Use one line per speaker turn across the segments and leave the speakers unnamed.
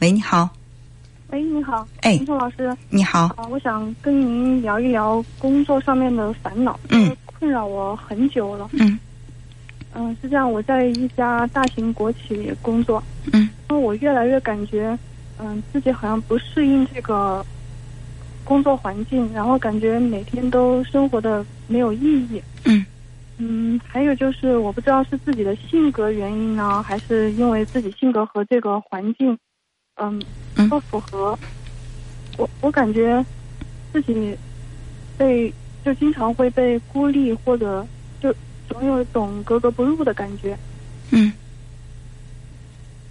喂，你好，
喂，你好，
哎
陈硕老师，
你好，
啊，我想跟您聊一聊工作上面的烦恼，
嗯，
困扰我很久了，
嗯
嗯、是这样，我在一家大型国企工作，
嗯，
因为我越来越感觉，嗯、自己好像不适应这个工作环境，然后感觉每天都生活的没有意义，
嗯
嗯，还有就是我不知道是自己的性格原因呢，还是因为自己性格和这个环境，嗯
嗯，
不符合。我我感觉自己被就经常会被孤立，或者就总有一种格格不入的感觉。
嗯，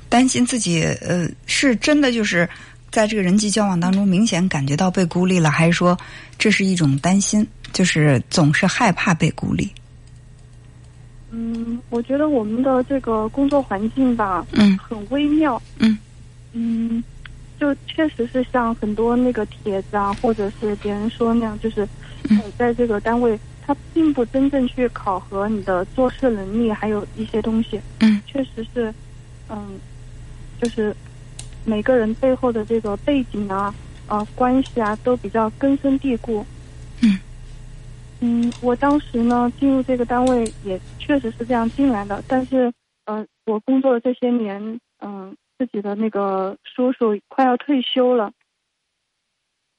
担心自己呃是真的就是在这个人际交往当中明显感觉到被孤立了，还是说这是一种担心，就是总是害怕被孤立？
嗯，我觉得我们的这个工作环境吧，
嗯
很微妙。
嗯
嗯，就确实是像很多那个帖子啊，或者是别人说那样，就是
嗯
呃在这个单位，他并不真正去考核你的做事能力，还有一些东西，
嗯
确实是，嗯，就是每个人背后的这个背景啊，呃，关系啊，都比较根深蒂固。
嗯
嗯，我当时呢进入这个单位也确实是这样进来的，但是呃，我工作的这些年，嗯、自己的那个叔叔快要退休了，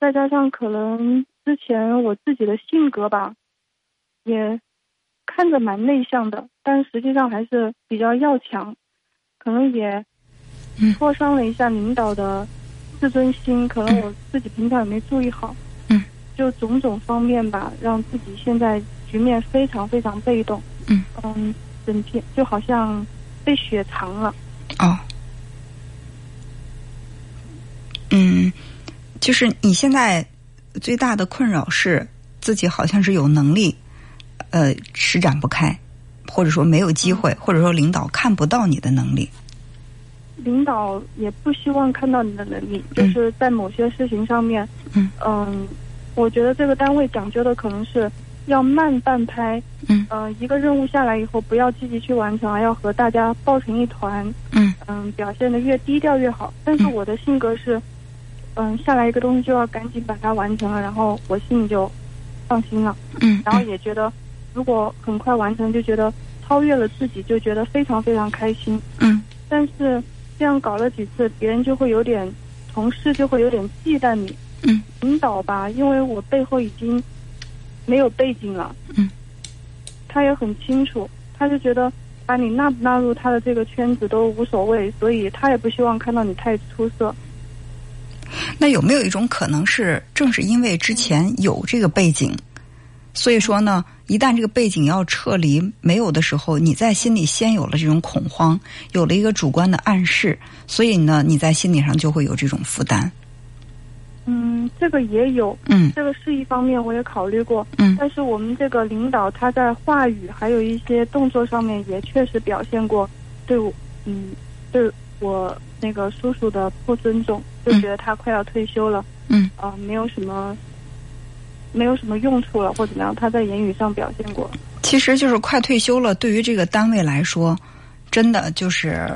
再加上可能之前我自己的性格吧，也看着蛮内向的，但实际上还是比较要强，可能也
嗯
挫伤了一下领导的自尊心，可能
嗯
我自己平常也没注意好。
嗯
就种种方面吧，让自己现在局面非常非常被动。
嗯
嗯，整天就好像被雪藏了。
哦，嗯，就是你现在最大的困扰是自己好像是有能力，呃，施展不开，或者说没有机会，或者说领导看不到你的能力。
领导也不希望看到你的能力，就是在某些事情上面，
嗯
我觉得这个单位讲究的可能是要慢半拍，
嗯
呃，一个任务下来以后，不要积极去完成，而要和大家抱成一团，
嗯
嗯、表现的越低调越好。但是
嗯
我的性格是，嗯、下来一个东西就要赶紧把它完成了，然后我心里就放心了，
嗯
然后也觉得如果很快完成，就觉得超越了自己，就觉得非常非常开心。
嗯
但是这样搞了几次，别人就会有点，同事就会有点忌惮你。
嗯，
领导吧，因为我背后已经没有背景了。
嗯，
他也很清楚，他就觉得把你纳不纳入他的这个圈子都无所谓，所以他也不希望看到你太出色。
那有没有一种可能是，正是因为之前有这个背景，所以说呢，一旦这个背景要撤离没有的时候，你在心里先有了这种恐慌，有了一个主观的暗示，所以呢，你在心理上就会有这种负担。
嗯，这个也有，
嗯
这个是一方面，我也考虑过。
嗯
但是我们这个领导他在话语还有一些动作上面也确实表现过对我，嗯，对我那个叔叔的不尊重，就
嗯
觉得他快要退休了，
嗯，
啊、没有什么，没有什么用处了或怎么样，他在言语上表现过，
其实就是快退休了，对于这个单位来说，真的就是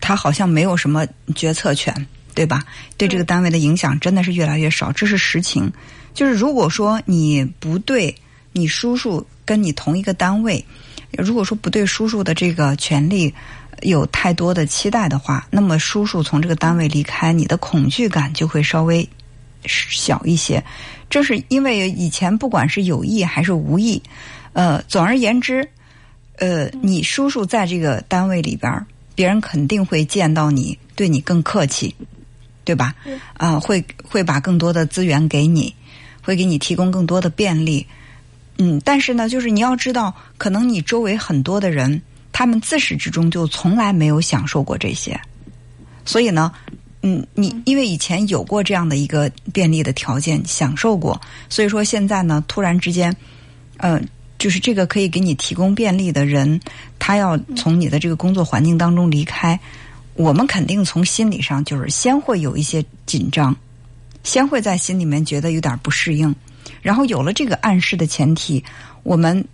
他好像没有什么决策权，对吧？对这个单位的影响真的是越来越少，这是实情。就是如果说你不对你叔叔跟你同一个单位，如果说不对叔叔的这个权利有太多的期待的话，那么叔叔从这个单位离开，你的恐惧感就会稍微小一些。这是因为以前不管是有意还是无意，呃，总而言之，呃，你叔叔在这个单位里边儿，别人肯定会见到你，对你更客气，对吧
是？
啊、会会把更多的资源给你，会给你提供更多的便利。嗯，但是呢，就是你要知道，可能你周围很多的人，他们自始至终就从来没有享受过这些，所以呢。嗯，你因为以前有过这样的一个便利的条件，享受过，所以说现在呢，突然之间，呃，就是这个可以给你提供便利的人，他要从你的这个工作环境当中离开，我们肯定从心理上就是先会有一些紧张，先会在心里面觉得有点不适应，然后有了这个暗示的前提，我们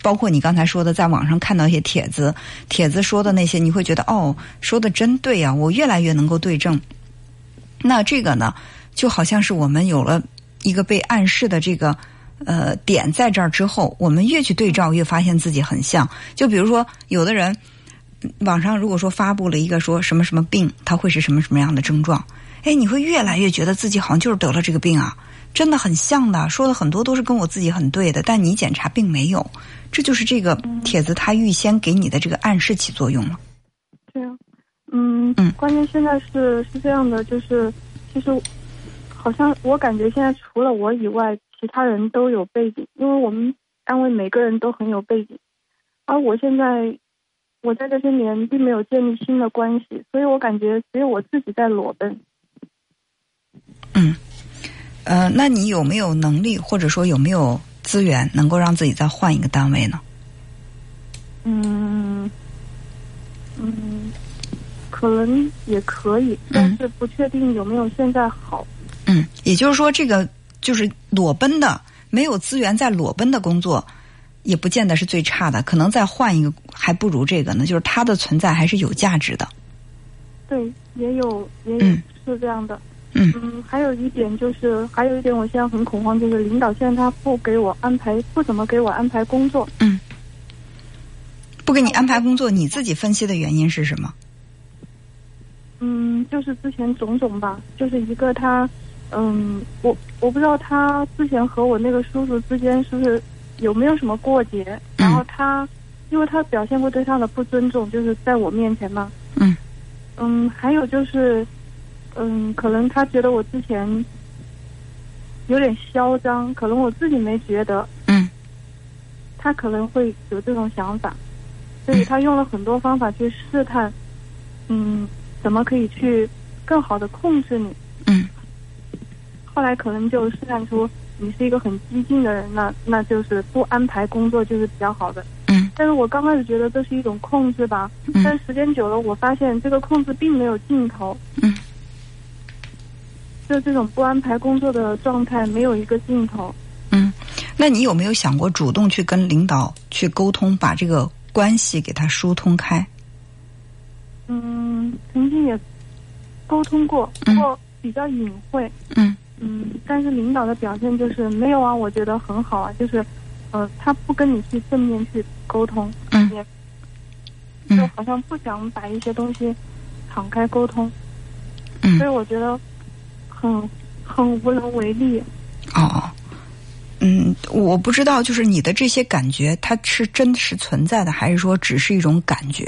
包括你刚才说的，在网上看到一些帖子，帖子说的那些，你会觉得哦，说的真对呀、我越来越能够对症。那这个呢，就好像是我们有了一个被暗示的这个呃点在这儿之后，我们越去对照，越发现自己很像。就比如说，有的人嗯网上如果说发布了一个说什么什么病，它会是什么什么样的症状，哎，你会越来越觉得自己好像就是得了这个病啊。真的很像的，说的很多都是跟我自己很对的，但你检查并没有，这就是这个帖子它预先给你的这个暗示起作用了。
这样，嗯，
嗯
关键现在是是这样的，就是其实好像我感觉现在除了我以外，其他人都有背景，因为我们单位每个人都很有背景，而我现在我在这些年并没有建立新的关系，所以我感觉只有我自己在裸奔。
呃，那你有没有能力，或者说有没有资源，能够让自己再换一个单位呢？
嗯嗯，可能也可以，但是不确定有没有现在好。
嗯，也就是说，这个就是裸奔的，没有资源在裸奔的工作，也不见得是最差的，可能再换一个还不如这个呢。就是它的存在还是有价值的。
对，也有也有、
嗯
是这样的。
嗯
还有一点就是，还有一点我现在很恐慌，就是领导现在他不给我安排，不怎么给我安排工作。
不给你安排工作，你自己分析的原因是什么？
嗯，就是之前种种吧，就是一个他，嗯，我我不知道他之前和我那个叔叔之间是不是有没有什么过节，然后他，因为他表现过对他的不尊重，就是在我面前嘛。
嗯
嗯，还有就是，嗯，可能他觉得我之前有点嚣张，可能我自己没觉得，
嗯
他可能会有这种想法，所以他用了很多方法去试探，嗯，怎么可以去更好的控制你。
嗯
后来可能就试探出你是一个很激进的人，那那就是不安排工作就是比较好的。
嗯
但是我刚开始觉得这是一种控制吧，
嗯
但时间久了，我发现这个控制并没有尽头。
嗯，
就这种不安排工作的状态没有一个尽头。
嗯，那你有没有想过主动去跟领导去沟通，把这个关系给它疏通开？
嗯，曾经也沟通过，不过比较隐晦。
嗯
嗯，但是领导的表现就是没有啊，我觉得很好啊，就是，呃，他不跟你去正面去沟通，
嗯
也就
嗯
好像不想把一些东西敞开沟通，所以
嗯
我觉得很很无能为力。
哦。嗯，我不知道，就是你的这些感觉，它是真实存在的，还是说只是一种感觉？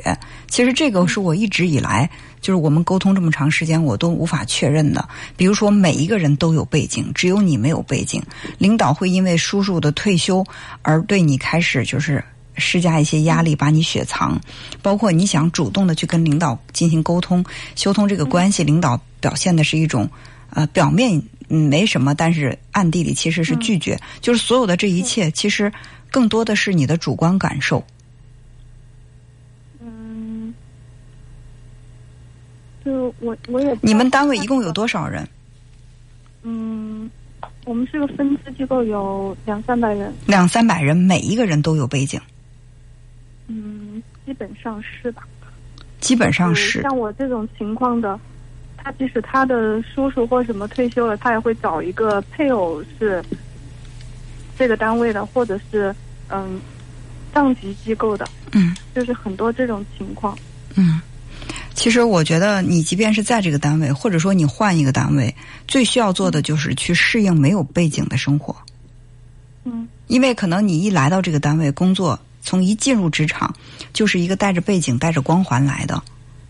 其实这个是我一直以来，就是我们沟通这么长时间，我都无法确认的。比如说，每一个人都有背景，只有你没有背景。领导会因为叔叔的退休而对你开始就是施加一些压力，把你雪藏。包括你想主动的去跟领导进行沟通、修通这个关系，领导表现的是一种呃表面嗯没什么，但是暗地里其实是拒绝。就是所有的这一切，其实更多的是你的主观感受。
嗯，就我我也
你们单位一共有
多？
多少人？
嗯，我们是个分支机构，有两三百人。
两三百人，每一个人都有背景，
嗯，基本上是吧。
基本上
嗯
是
像我这种情况的，他即使他的叔叔或什么退休了，他也会找一个配偶是这个单位的，或者是嗯上级机构的，
嗯。
就是很多这种情况。
嗯，其实我觉得你即便是在这个单位，或者说你换一个单位，最需要做的就是去适应没有背景的生活，
嗯
因为可能你一来到这个单位工作，从一进入职场就是一个带着背景、带着光环来的。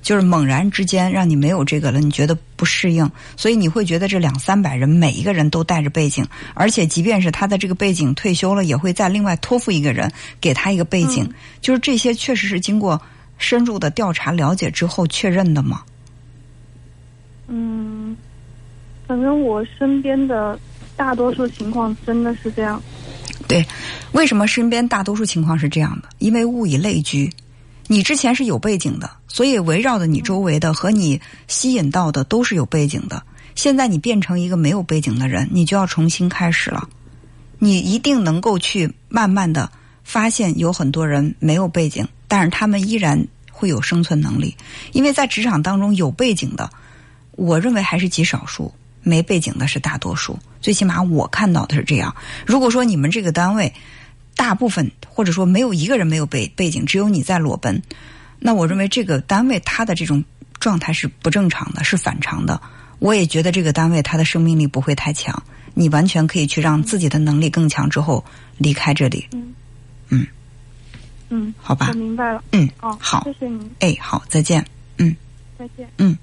就是猛然之间让你没有这个了，你觉得不适应，所以你会觉得这两三百人每一个人都带着背景，而且即便是他的这个背景退休了，也会再另外托付一个人给他一个背景，
嗯
就是这些确实是经过深入的调查了解之后确认的嘛。
嗯，反正我身边的大多数情况真的是这样。
对，为什么身边大多数情况是这样的？因为物以类聚，你之前是有背景的，所以围绕着你周围的和你吸引到的都是有背景的。现在你变成一个没有背景的人，你就要重新开始了。你一定能够去慢慢的发现有很多人没有背景，但是他们依然会有生存能力，因为在职场当中有背景的，我认为还是极少数，没背景的是大多数。最起码我看到的是这样。如果说你们这个单位大部分或者说没有一个人没有背背景，只有你在裸奔，那我认为这个单位它的这种状态是不正常的，是反常的。我也觉得这个单位它的生命力不会太强，你完全可以去让自己的能力更强之后离开这里。
嗯
嗯
嗯，
好吧
我明白了。
嗯，
哦，
好
谢谢您，
哎，好，再见。
再见。
嗯。